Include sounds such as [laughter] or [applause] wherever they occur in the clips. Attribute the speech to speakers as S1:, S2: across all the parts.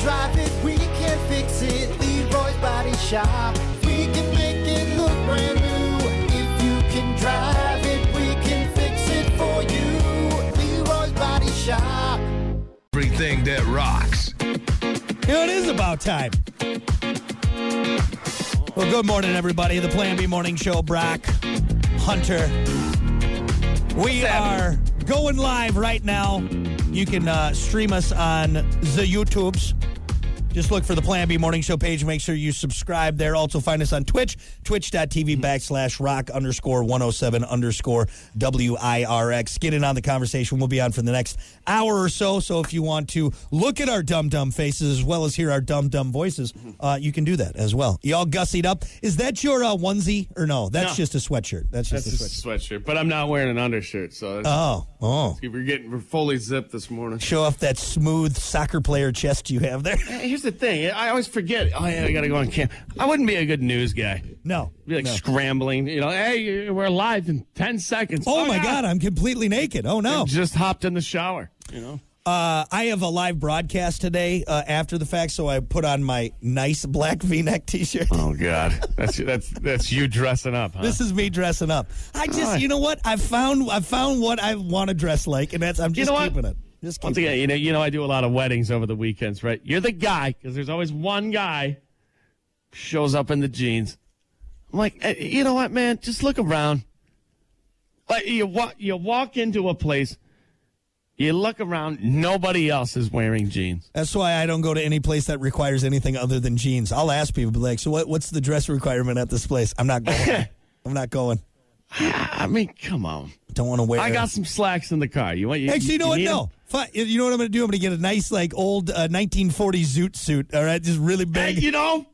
S1: drive it, we can fix it. Leroy's Body Shop. We can make it look brand new. If you can drive it, we can fix it for you. Leroy's Body Shop.
S2: Everything that rocks.
S3: You know, it is about time. Well, good morning, everybody. The Plan B Morning Show, Brock, Hunter. We are going live right now. You can uh, stream us on the YouTubes. Just look for the Plan B Morning Show page. Make sure you subscribe there. Also find us on Twitch, twitch.tv
S4: Mm-hmm.
S3: backslash rock underscore 107 underscore WIRX. Get in on the conversation. We'll be on for the next hour or so. So if you want to look at our dumb, dumb faces as well as hear our dumb, dumb voices,
S4: Mm-hmm.
S3: uh, you can do that as well. Y'all gussied up. Is that your uh, onesie or no? That's
S4: No.
S3: just a sweatshirt. That's just
S4: That's
S3: a
S4: just
S3: sweatshirt.
S4: a sweatshirt, but I'm not wearing an undershirt, so that's,
S3: Oh, oh.
S4: we're getting we're fully zipped this morning.
S3: Show off that smooth soccer player chest you have there. [laughs]
S4: Hey, Here's the thing: I always forget. Oh yeah, I gotta go on camp. I wouldn't be a good news guy.
S3: No.
S4: Be like
S3: no.
S4: scrambling, you know. Hey, we're live in ten seconds. Ah!
S3: Oh, my God, I'm completely naked. Oh, no.
S4: Just hopped in the shower. You know,
S3: Uh, I have a live broadcast today uh, after the fact, so I put on my nice black [laughs] v neck t shirt.
S4: Oh God, that's that's that's you dressing up, huh?
S3: This is me dressing up. I just,
S4: God.
S3: you know what? I found I found what I want to dress like, and that's I'm
S4: You
S3: just
S4: know what?
S3: keeping it. Just
S4: Once
S3: keeping it.
S4: again, you know, you know, I do a lot of weddings over the weekends, right? You're the guy because there's always one guy shows up in the jeans. I'm like, eh, you know what, man? Just look around. Like you walk, you walk into a place, you look around, nobody else is wearing jeans.
S3: That's why I don't go to any place that requires anything other than jeans. I'll ask people, be like, so what, what's the dress requirement at this place?
S4: [laughs]
S3: I'm not going. I'm not going.
S4: I mean, come on.
S3: Don't want to wear.
S4: I got some slacks in the car. You want? You,
S3: Actually, you know what?
S4: need 'em?
S3: No. Fine. You know what I'm going to do? I'm going to get a nice, like, old uh, 1940s zoot suit. All right, just really
S4: Hey,
S3: big,
S4: you know,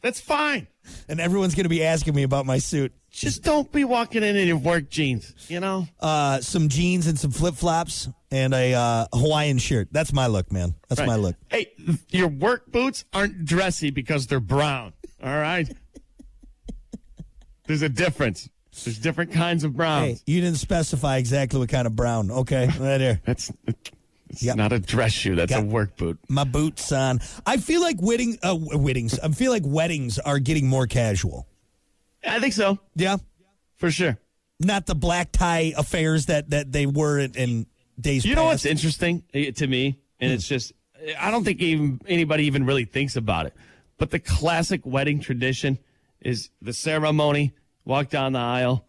S4: that's fine.
S3: and everyone's going to be asking me about my suit.
S4: Just don't be walking in in your work jeans. You know.
S3: Uh, some jeans and some flip flops and a uh, Hawaiian shirt. That's my look, man. That's my
S4: Right.
S3: look.
S4: Hey, th- your work boots aren't dressy because they're brown. All right. There's a difference. There's different kinds of browns.
S3: Hey, Um, you didn't specify exactly what kind of brown. Okay,
S4: [laughs]
S3: right here.
S4: That's it's
S3: Yep.
S4: not a dress shoe. That's
S3: Yep.
S4: a work boot.
S3: My boots on. I feel like wedding, uh, w- weddings. I feel like weddings are getting more casual.
S4: I think so
S3: Yeah,
S4: for sure.
S3: not the black tie affairs that that they were in, in days.
S4: You know
S3: past.
S4: what's interesting eh, to me, and it's just eh, I don't think even anybody even really thinks about it. But the classic wedding tradition is the ceremony, walk down the aisle,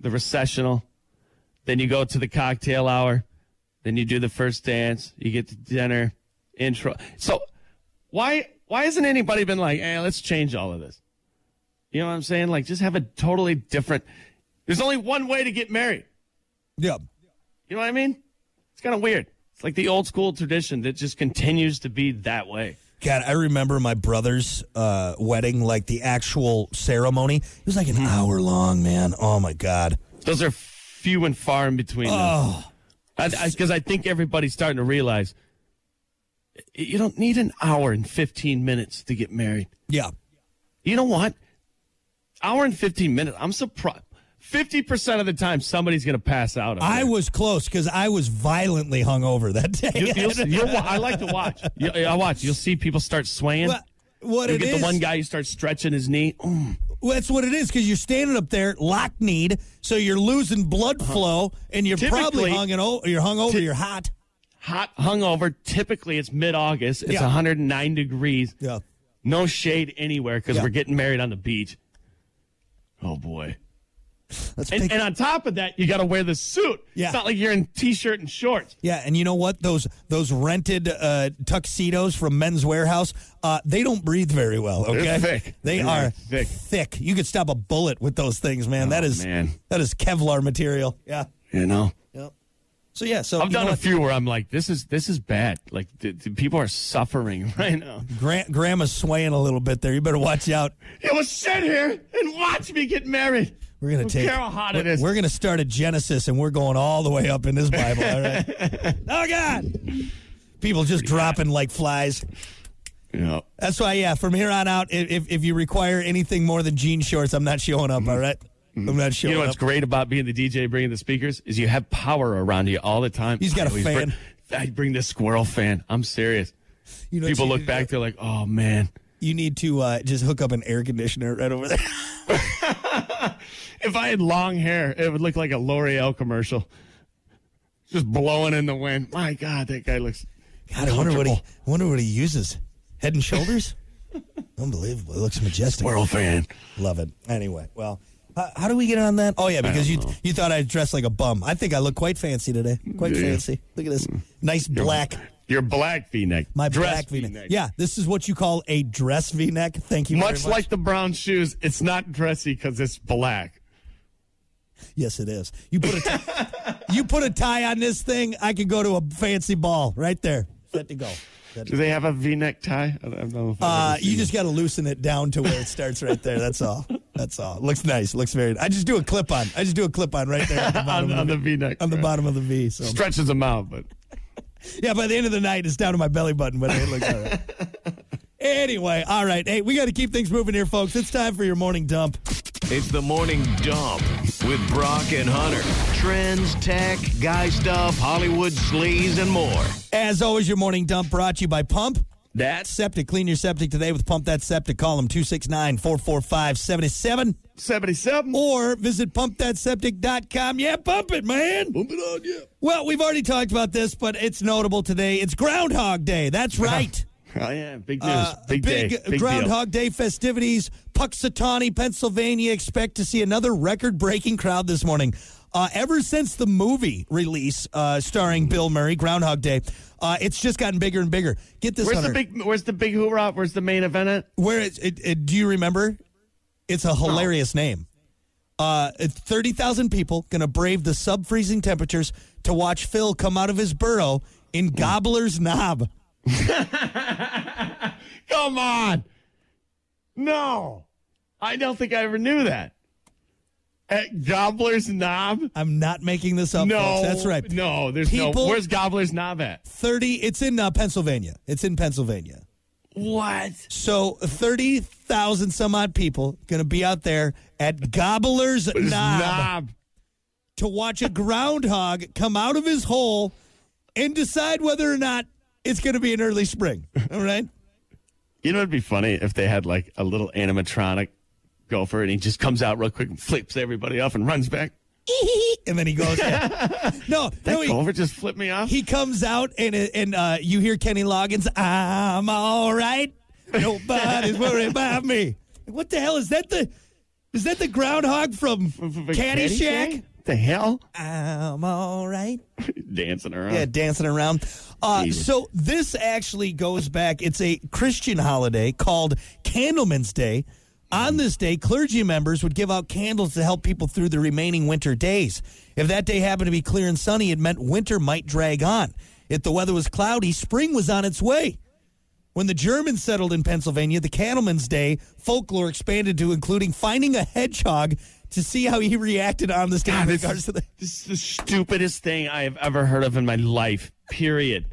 S4: the recessional, then you go to the cocktail hour, then you do the first dance, you get to dinner, intro. So why why hasn't anybody been like, eh, let's change all of this? You know what I'm saying? Like just have a totally different there's only one way to get married.
S3: Yeah.
S4: You know what I mean? It's kind of weird. It's like the old school tradition that just continues to be that way.
S3: God, I remember my brother's uh, wedding, like the actual ceremony. It was
S4: Mm-hmm.
S3: like an hour long, man. Oh my god.
S4: Those are few and far in between.
S3: Oh,
S4: Because I, think everybody's starting to realize y- you don't need an hour and 15 minutes to get married.
S3: yeah.
S4: You know what? Hour and 15 minutes. I'm surprised. 50% of the time, somebody's going to pass out. on
S3: I
S4: there.
S3: was close because I was violently hungover that day.
S4: You,
S3: [laughs]
S4: you'll, you'll, wa- I like to watch. You, I watch. You'll see people start swaying.
S3: [laughs] What- what
S4: you
S3: it
S4: get
S3: is?
S4: the one guy who starts stretching his knee. Mm.
S3: Well, that's what it is because you're standing up there lock kneed, so you're losing blood flow, and you're probably
S4: Uh-huh. Typically-
S3: hung and o- you're hungover.
S4: Ty-
S3: you're hot.
S4: hot, hungover. Typically, it's mid-August. It's
S3: Yeah.
S4: 109 degrees.
S3: Yeah.
S4: No shade anywhere because
S3: Yeah.
S4: we're getting married on the beach. Oh boy!
S3: Let's
S4: And,
S3: pick-
S4: and on top of that, you got to wear the suit.
S3: Yeah.
S4: It's not like you're in t-shirt and shorts.
S3: Yeah, and you know what? Those those rented uh, tuxedos from Men's Warehouse, uh, they don't breathe very well. Okay,
S4: thick.
S3: They
S4: They
S3: are
S4: are thick. Oh,
S3: Thick. You could stop a bullet with those things, man. that is
S4: man.
S3: that is Kevlar material. Yeah.
S4: You know,
S3: So yeah. So
S4: I've
S3: you
S4: done
S3: know
S4: a
S3: what?
S4: few where I'm like, this is this is bad. Like the, the people are suffering [laughs] right now.
S3: Gra- grandma's swaying a little bit there. You better watch out.
S4: You will sit here and watch me get married.
S3: We're gonna
S4: Don't
S3: take.
S4: care how hot it
S3: we're-
S4: is.
S3: We're gonna start at Genesis, and we're going all the way up in this Bible. All right.
S4: [laughs]
S3: oh God. People just dropping like flies.
S4: You know,
S3: That's why, yeah. From here on out, i- if if you require anything more than jean shorts, I'm not showing up. All right, I'm not showing
S4: Mm-hmm. You know what's
S3: up.
S4: great about being the DJ, bringing the speakers, is you have power around you all the time.
S3: He's got
S4: I
S3: a
S4: always
S3: fan.
S4: Bring, I bring this squirrel fan. I'm serious.
S3: You know, what
S4: People
S3: you
S4: look
S3: need to
S4: back, they're like, oh man.
S3: do? You need to uh, just hook up an air conditioner right over
S4: [laughs]
S3: there.
S4: If I had long hair, it would look like a L'Oreal commercial. Just blowing in the wind. My God, that guy looks.
S3: God, I wonder what he I wonder what he uses. Head and shoulders. [laughs] Unbelievable! It looks majestic.
S4: World fan.
S3: Love it. Anyway, well, how, how do we get on that? Oh yeah, because you you thought I dressed like a bum. I think I look quite fancy today. Quite
S4: Yeah. Mm.
S3: fancy. Look at this nice black.
S4: Your black v neck.
S3: My black V-neck. Yeah, this is what you call a dress V-neck. Thank you very
S4: Much like the brown shoes, it's not dressy because it's black.
S3: Yes, it is. You put a you put a tie on this thing. I could go to a fancy ball right there. Set to go. Set to
S4: Do they have a v neck tie? I don't know. If I've
S3: Uh,
S4: ever
S3: you
S4: seen
S3: just got to loosen it down to where it starts right there. That's all. That's all. Looks nice. Looks very. I just do a clip on. I just do a clip on right there at the
S4: it. on,
S3: bottom
S4: on
S3: of
S4: the v
S3: the,
S4: neck.
S3: on the bottom of the V. So
S4: Stretches them out, but
S3: yeah, by the end of the night, it's down to my belly button, but it looks all right. Anyway, all right. Hey, we got to keep things moving here, folks. It's time for your morning dump.
S2: It's the morning dump with Brock and Hunter. Trends, tech, guy stuff, Hollywood sleaze, and more.
S3: As always, your morning dump brought to you by Pump.
S4: that's
S3: Septic. Clean your septic today with Pump That Septic. Call them 269 445 77
S4: 77.
S3: or visit pumpthatseptic.com. Yeah, pump it, man.
S4: Bump it on, yeah.
S3: Well, we've already talked about this, but it's notable today. It's Groundhog Day. That's right.
S4: Oh, yeah. Big news.
S3: Uh,
S4: big, day. Big deal.
S3: Groundhog Day festivities. Puxatawny, Pennsylvania. Expect to see another record breaking crowd this morning. Uh, ever since the movie release uh, starring Bill Murray, Groundhog Day, uh, it's just gotten bigger and bigger. Get this,
S4: Where's the
S3: Hunter.
S4: big? Where's the big hoorah? Where's the main event? At?
S3: Where it's, it, it, do you remember? It's a hilarious name. Uh, it's 30,000 people going to brave the sub freezing temperatures to watch Phil come out of his burrow in
S4: Mm.
S3: Gobbler's Knob.
S4: Come on. No. I don't think I ever knew that. At Gobbler's Knob?
S3: I'm not making this up.
S4: No.
S3: folks. That's right.
S4: No, there's no.
S3: People-
S4: Where's Gobbler's Knob at?
S3: 30, it's in uh, Pennsylvania. It's in Pennsylvania.
S4: What?
S3: So 30,000 some odd people going to be out there at Gobbler's Knob,
S4: Knob.
S3: to watch a groundhog come out of his hole and decide whether or not it's going to be an early spring. All right? [laughs]
S4: You know, it'd be funny if they had like a little animatronic gopher and he just comes out real quick and flips everybody off and runs back.
S3: and then he goes. yeah. [laughs] No,
S4: That
S3: no, he,
S4: gopher just flipped me off.
S3: he comes out and and uh, you hear Kenny Loggins. I'm all right. Nobody's worried about me. What the hell is that? The is that the groundhog from Caddyshack?
S4: Caddyshack? The hell? [laughs]
S3: I'm all right.
S4: Dancing around.
S3: Yeah, dancing around. Uh,
S4: Jesus.
S3: so this actually goes back. It's a Christian holiday called Candleman's Day. On this day, clergy members would give out candles to help people through the remaining winter days. If that day happened to be clear and sunny, it meant winter might drag on. If the weather was cloudy, spring was on its way. When the Germans settled in Pennsylvania, the Cattleman's Day folklore expanded to including finding a hedgehog to see how he reacted on this day in
S4: God, Ah, this,
S3: regards
S4: is,
S3: to the.
S4: [laughs] this is the stupidest thing I have ever heard of in my life. Period.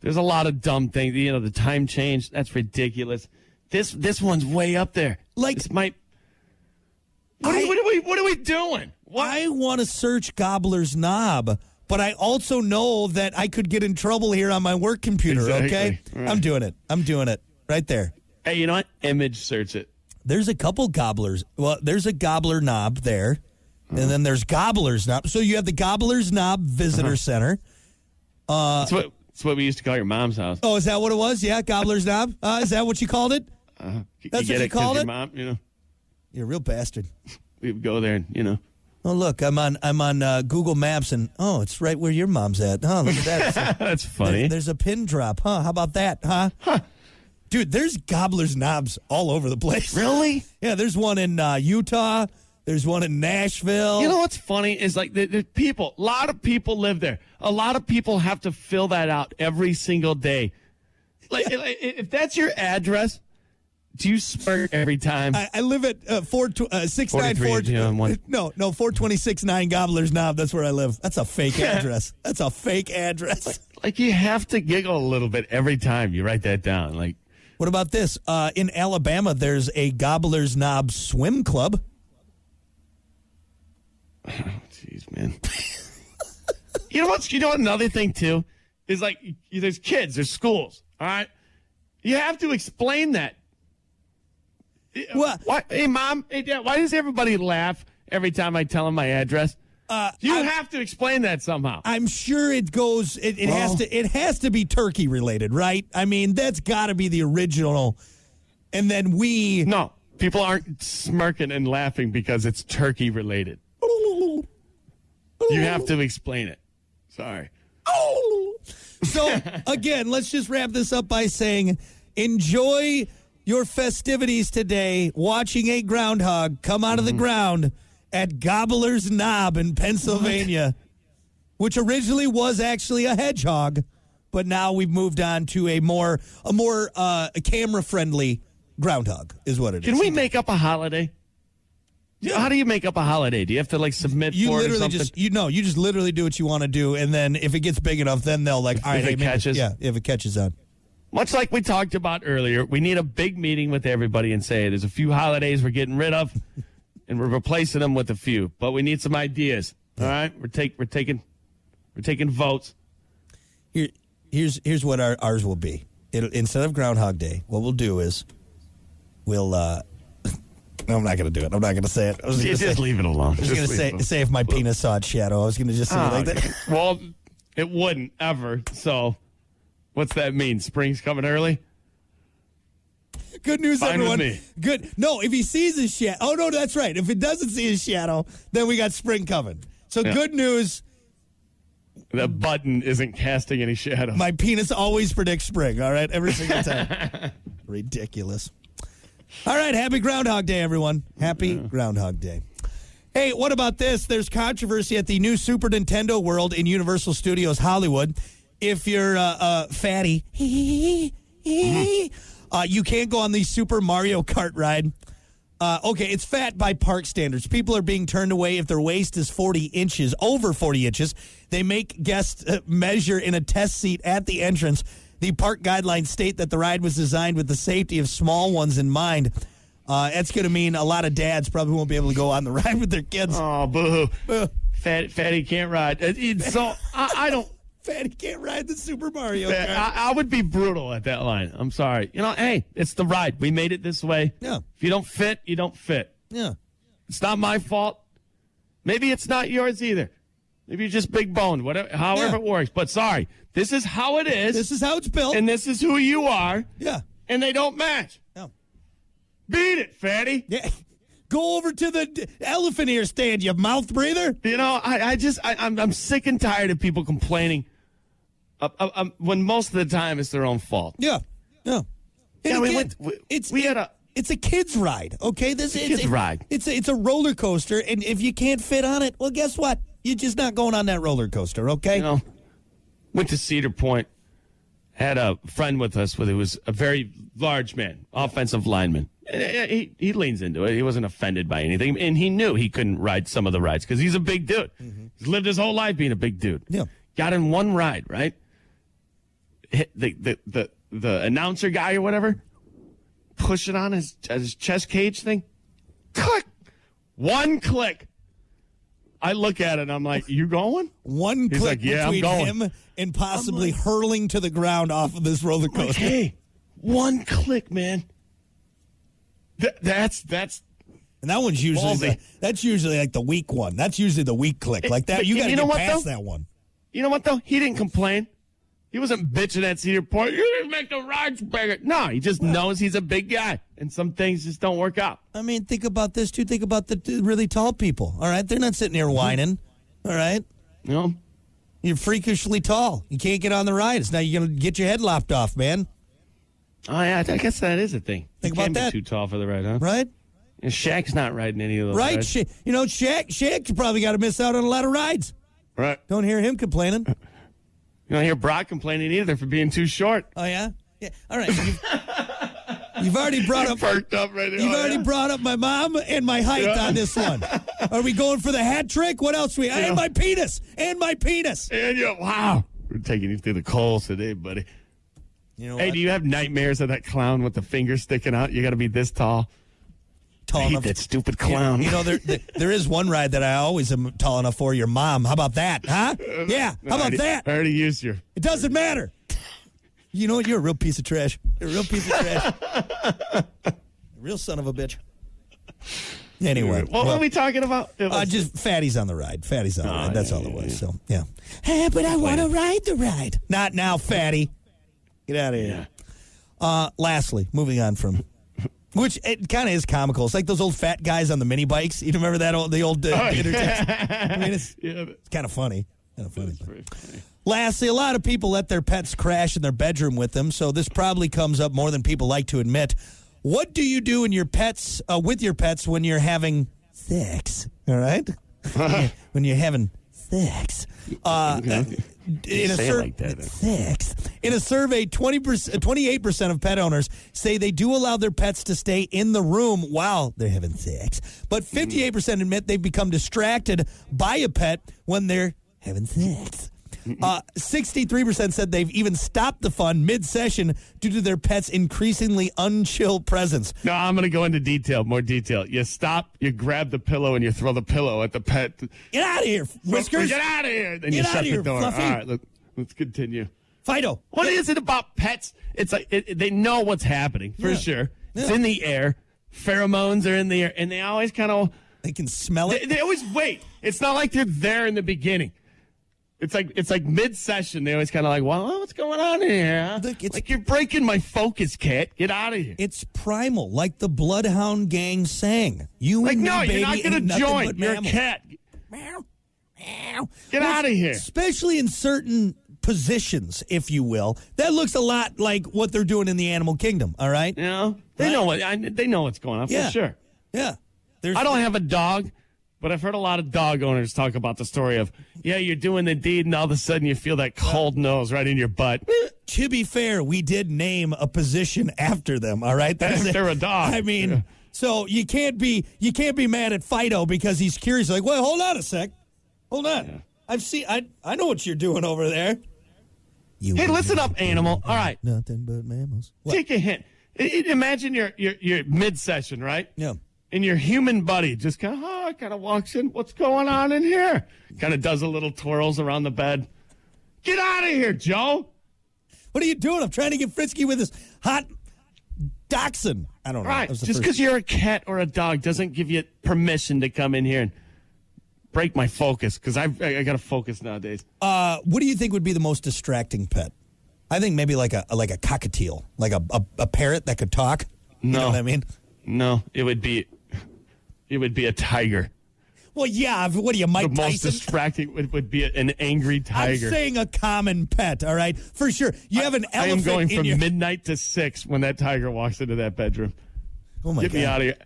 S4: There's a lot of dumb things. You know, the time change. That's ridiculous. This this one's way up there.
S3: Like-
S4: this might. What, are,
S3: I-
S4: what are we What are we doing? Why?
S3: I want to search Gobbler's Knob, but I also know that I could get in trouble here on my work computer,
S4: Exactly.
S3: okay?
S4: Right.
S3: I'm doing it. I'm doing it right there.
S4: Hey, you know what? Image search it.
S3: There's a couple gobblers. Well, there's a gobbler knob there, and then there's gobbler's knob. So you have the gobbler's knob visitor
S4: Uh-huh.
S3: center. Uh,
S4: That's what that's what we used to call your mom's house.
S3: Oh, is that what it was? Yeah, gobbler's knob. Uh, is that what you called it?
S4: you get
S3: that's what you
S4: it 'cause
S3: called
S4: your
S3: it?
S4: Mom, you know,
S3: You're a real bastard.
S4: we would go there and you know.
S3: Oh, look, I'm on I'm on uh, Google Maps, and oh, it's right where your mom's at. Oh, look at that. It's a-
S4: [laughs] That's funny.
S3: There's a pin drop, huh? How about that, huh? Dude, there's gobbler's knobs all over the place.
S4: really?
S3: Yeah, there's one in uh, Utah. There's one in Nashville.
S4: You know what's funny is like the, the people, a lot of people live there. A lot of people have to fill that out every single day. Like, [laughs] like, if that's your address, do you smirk every time?
S3: I, I live at uh, four tw- uh, six nine
S4: 43,
S3: four.
S4: yeah, one.
S3: No, no, four twenty six nine Gobbler's Knob. That's where I live. That's a fake address. That's a fake address.
S4: like you have to giggle a little bit every time you write that down. Like,
S3: What about this? Uh, in Alabama, there's a Gobbler's Knob swim club.
S4: jeez, man. you know what's you know another thing too is like you- there's kids, there's schools. All right. You have to explain that.
S3: Well,
S4: Why, hey, mom, hey, dad, why does everybody laugh every time I tell them my address?
S3: Uh,
S4: you
S3: I-
S4: have to explain that somehow.
S3: I'm sure it goes. It, it has
S4: Well-
S3: to. It has to be turkey related, right? I mean, that's got to be the original. And then we.
S4: no, people aren't smirking and laughing because it's turkey related. You have to explain it. Sorry.
S3: [laughs] So again, let's just wrap this up by saying, enjoy your festivities today. Watching a groundhog come out of
S4: Mm-hmm.
S3: the ground at Gobbler's Knob in Pennsylvania,
S4: [laughs]
S3: which originally was actually a hedgehog, but now we've moved on to a more a more uh, camera friendly groundhog is what it is.
S4: Can we make up a holiday? How do you make up a holiday? Do you have to like submit
S3: You
S4: for it or
S3: literally
S4: something?
S3: just you know you just literally do what you want to do, and then if it gets big enough, then they'll like all right,
S4: it
S3: hey, maybe-
S4: catches.
S3: yeah, if it catches on.
S4: Much like we talked about earlier, we need a big meeting with everybody and say there's a few holidays we're getting rid of, and we're replacing them with a few. But we need some ideas. All right, we're take we're taking we're taking votes.
S3: Here, here's here's what our, ours will be. It'll, instead of Groundhog Day, what we'll do is we'll. uh [laughs] No, I'm not going to do it. I'm not going to say it. I
S4: [laughs]
S3: was going to
S4: [laughs] Just,
S3: say.
S4: leave it alone.
S3: I was going to say, say if my penis saw its shadow. I was going to just say
S4: Oh,
S3: like that.
S4: well, it wouldn't ever. So, what's that mean? Spring's coming early.
S3: [laughs] Good news,
S4: Fine with
S3: everyone.
S4: me.
S3: Good. No, if he sees his shadow. Oh no, that's right. If it doesn't see his shadow, then we got spring coming. So
S4: Yeah.
S3: good news.
S4: The button isn't casting any shadow.
S3: My penis always predicts spring, all right? Every single time. Ridiculous. All right, happy Groundhog Day, everyone. Happy Groundhog Day. Hey, what about this? There's controversy at the new Super Nintendo World in Universal Studios Hollywood. If you're uh, uh, fatty, [laughs] uh, you can't go on the Super Mario Kart ride. Uh, okay, it's fat by park standards. People are being turned away if their waist is 40 inches, over 40 inches. They make guests uh, measure in a test seat at the entrance. The park guidelines state that the ride was designed with the safety of small ones in mind. Uh, that's going to mean a lot of dads probably won't be able to go on the [laughs] ride with their kids.
S4: oh, boo! Fat, fatty can't ride. It- it's so I, I don't.
S3: Fatty can't ride the Super Mario
S4: Yeah,
S3: Kart.
S4: I, I would be brutal at that line. I'm sorry. You know, hey, it's the ride. We made it this way.
S3: Yeah.
S4: If you don't fit, you don't fit.
S3: Yeah.
S4: It's not my fault. Maybe it's not yours either. Maybe you're just big boned. Whatever, however it
S3: Yeah.
S4: works. But sorry, this is how it is,
S3: This is how it's built.
S4: and this is who you are,
S3: yeah.
S4: and they don't match.
S3: Yeah.
S4: Beat it, fatty.
S3: yeah. [laughs] Go over to the d- elephant ear stand, you mouth breather.
S4: You know, I, I just I, I'm I'm sick and tired of people complaining. Uh, uh, um, when most of the time it's their own fault.
S3: Yeah. Yeah.
S4: Yeah, we went- we- we had a-
S3: It's a kid's ride, okay? This is
S4: kid's ride.
S3: It's a, it's a roller coaster, and if you can't fit on it, well, guess what? You're just not going on that roller coaster, okay?
S4: you know, went to Cedar Point. Had a friend with us, but he was a very large man, offensive lineman. And, uh, He, he leans into it. He wasn't offended by anything, and he knew he couldn't ride some of the rides because he's a big dude. He's lived his whole life being a big dude.
S3: Yeah.
S4: Got in one ride, right? Hit the the the, the announcer guy or whatever, push it on his his chest cage thing. Click, one click. I look at it and I'm like, "You going?"
S3: One
S4: He's like,
S3: click
S4: "Yeah, I'm
S3: between
S4: going."
S3: him and possibly hurling to the ground off of this roller
S4: Like,
S3: coaster.
S4: hey, one click, man. Th- that's that's
S3: And that one's usually the,
S4: Ballsy.
S3: that's usually like the weak one. That's usually the weak click. Like that,
S4: but
S3: you
S4: you
S3: got to
S4: know
S3: get
S4: what,
S3: past
S4: though?
S3: that one.
S4: you know what though? He didn't complain. He wasn't bitching at Cedar Point. You didn't make the rides bigger. No, he just knows he's a big guy, and some things just don't work out.
S3: I mean, think about this too. Think about the t- really tall people. All right, they're not sitting here
S4: Mm-hmm.
S3: whining. All right,
S4: You know,
S3: You're freakishly tall. You can't get on the ride. It's now you're gonna get your head lopped off, man.
S4: oh, yeah, I guess that is a thing.
S3: Think
S4: You can't
S3: about
S4: be
S3: that.
S4: Too tall for the ride, huh?
S3: Right?
S4: And Shaq's not riding any of those.
S3: Right?
S4: rides.
S3: Sha- you know, Shaq. Shaq probably got to miss out on a lot of rides.
S4: right.
S3: Don't hear him complaining.
S4: You don't hear Brock complaining either for being too short.
S3: Oh yeah. Yeah. All right. You've, you've already brought up.
S4: Perked up right now.
S3: You've
S4: Oh,
S3: already
S4: yeah.
S3: brought up my mom and my height on this one. Are we going for the hat trick? What else? We and my penis and my penis.
S4: And you, wow, we're taking you through the coals today, buddy.
S3: You know,
S4: Hey, do you have nightmares of that clown with the finger sticking out? You got to be this tall.
S3: tall
S4: hate
S3: enough-
S4: that stupid clown. [laughs]
S3: You know, there, there there is one ride that I always am tall enough for. Your mom. How about that? Huh? Yeah.
S4: Uh,
S3: How
S4: I
S3: about
S4: already-
S3: that?
S4: I already used your.
S3: It doesn't matter. You know what? You're a real piece of trash. You're a real piece of trash.
S4: [laughs]
S3: real son of a bitch. Anyway,
S4: What were we talking about? It
S3: uh,
S4: was-
S3: just fatty's on the ride. Fatty's on the ride. That's
S4: yeah,
S3: all it
S4: yeah,
S3: was. So yeah. Hey, but I want to ride the ride. Not now, fatty. Get out of here.
S4: yeah.
S3: Uh, lastly, moving on from. Which it kind of is comical. It's like those old fat guys on the mini bikes. You remember that old the old uh, intertext? I mean, it's,
S4: Oh, Yeah, but-
S3: it's kind of funny. Kind of funny. but-
S4: very funny.
S3: Lastly, a lot of people let their pets crash in their bedroom with them, so this probably comes up more than people like to admit. What do you do in your pets uh, with your pets when you're having sex? All right, when you're having sex. Uh, in a
S4: Say it
S3: sur-
S4: like that.
S3: sex. In a survey, 20%, 28% of pet owners say they do allow their pets to stay in the room while they're having sex. But
S4: Hmm.
S3: 58% admit they've become distracted by a pet when they're having sex. Uh, 63% said they've even stopped the fun mid session due to their pet's increasingly unchill presence.
S4: No, I'm going to go into detail, more detail. You stop, you grab the pillow, and you throw the pillow at the pet.
S3: Get out of here, Whiskers.
S4: Get out of here. Then you
S3: Get outta
S4: shut
S3: here,
S4: the door.
S3: Fluffy.
S4: All right, let, let's continue.
S3: Fido.
S4: What is it about pets? It's like it, it- they know what's happening for
S3: Yeah.
S4: sure. It's
S3: Yeah.
S4: in the air. Pheromones are in the air, and they always kind of
S3: They can smell
S4: they,
S3: it.
S4: they always wait. It's not like they're there in the beginning. It's like it's like mid session. They always kind of like, well, what's going on here? huh?"
S3: Look, it's-
S4: like you're breaking my focus, cat. Get out of here.
S3: It's primal, like the Bloodhound Gang sang. You
S4: Like
S3: and me,
S4: no,
S3: baby,
S4: you're not
S3: ain't
S4: going to
S3: nothing
S4: join.
S3: but
S4: You're a
S3: mammals.
S4: cat.
S3: Meow, meow.
S4: Get
S3: Well,
S4: outta here.
S3: Especially in certain positions, if you will. That looks a lot like what they're doing in the animal kingdom, all right?
S4: You know they know what I, they know what's going on
S3: Yeah.
S4: for sure.
S3: Yeah. There's,
S4: I don't have a dog, but I've heard a lot of dog owners talk about the story of, yeah, you're doing the deed, and all of a sudden you feel that cold nose right in your butt.
S3: to be fair, we did name a position [laughs] after them, all right?
S4: [laughs]
S3: That's it.
S4: After a dog.
S3: I mean,
S4: Yeah.
S3: so you can't be you can't be mad at Fido because he's curious like, "Well, hold on a sec. Hold on. I've seen I I know what you're doing over there." You
S4: Hey,
S3: and
S4: listen
S3: me,
S4: up, animal. All right,
S3: Nothing but mammals. What?
S4: take a hint. I- I- Imagine you're you're, you're mid session, right?
S3: Yeah.
S4: And your human buddy just kind of oh, kind of walks in. What's going on in here? Kind of does a little twirls around the bed. Get out of here, Joe.
S3: What are you doing? I'm trying to get frisky with this hot dachshund. I don't know.
S4: Right.
S3: That was the
S4: Just
S3: first-
S4: because you're a cat or a dog doesn't give you permission to come in here and break my focus because I I got to focus nowadays.
S3: Uh, what do you think would be the most distracting pet? I think maybe like a like a cockatiel, like a a, a parrot that could talk. You know
S4: No.
S3: what I mean?
S4: No, it would be, it would be a tiger.
S3: Well, yeah. What are you,
S4: The
S3: Mike
S4: most
S3: Tyson?
S4: distracting would, would be an angry
S3: I'm
S4: tiger.
S3: saying a common pet. All right, for sure. You have an
S4: I am
S3: elephant
S4: going
S3: in
S4: from
S3: your.
S4: midnight to six when that tiger walks into that bedroom.
S3: oh my
S4: Get
S3: god!
S4: me out of here.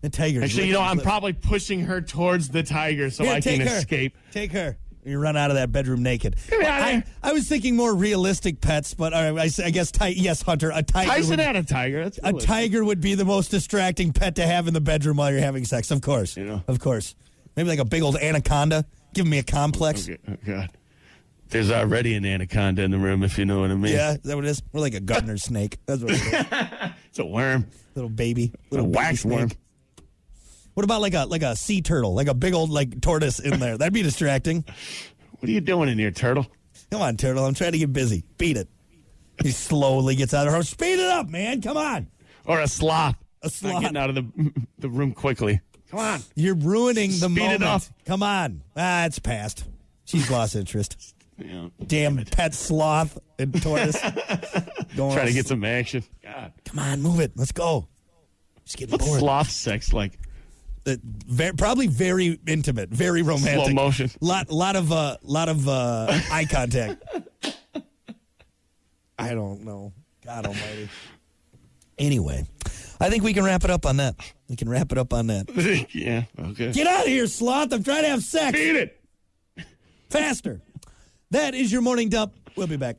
S3: The tiger.
S4: Actually, you know, I'm probably pushing her towards the tiger so
S3: Here,
S4: I
S3: take
S4: can
S3: her.
S4: escape.
S3: Take her. You run out of that bedroom naked.
S4: Get me
S3: Well,
S4: out of
S3: I,
S4: here.
S3: I was thinking more realistic pets, but all right, I, s- I guess ti- yes, Hunter, a tiger.
S4: Tyson
S3: would-
S4: had a tiger. That's
S3: a
S4: realistic.
S3: tiger would be the most distracting pet to have in the bedroom while you're having sex. Of course,
S4: know.
S3: of course. Maybe like a big old anaconda, giving me a complex.
S4: Okay, Oh, God. There's already an anaconda in the room, if you know what I mean.
S3: Yeah, is that what it is? Or like a
S4: [laughs]
S3: gardener snake. That's what it is.
S4: It's a worm,
S3: little baby,
S4: a
S3: little baby
S4: wax
S3: snake.
S4: worm.
S3: What about like a like a sea turtle, like a big old like tortoise in there? That'd be distracting.
S4: What are you doing in here, turtle?
S3: Come on, turtle. I'm trying to get busy. Beat it. He slowly gets out of her. Speed it up, man. Come on.
S4: Or a sloth?
S3: A sloth.
S4: Not getting out of the the room quickly. Come on.
S3: You're ruining the
S4: Speed it
S3: moment.
S4: up.
S3: Come on. Ah, it's past. She's lost interest.
S4: Yeah.
S3: Damn pet sloth and
S4: [laughs]
S3: tortoise. Going
S4: Trying to
S3: on.
S4: get some action. God.
S3: Come on, move it. Let's go. She's getting
S4: What's
S3: bored.
S4: sloth sex like? [laughs]
S3: Uh, ver- probably very intimate, very romantic.
S4: Slow motion.
S3: Lot, lot of, uh, lot of uh,
S4: [laughs]
S3: eye contact. I don't know. God Almighty. Anyway, I think we can wrap it up on that. We can wrap it up on that.
S4: yeah. Okay.
S3: Get out of here, sloth! I'm trying to have sex
S4: Beat it.
S3: faster. That is your morning dump. We'll be back.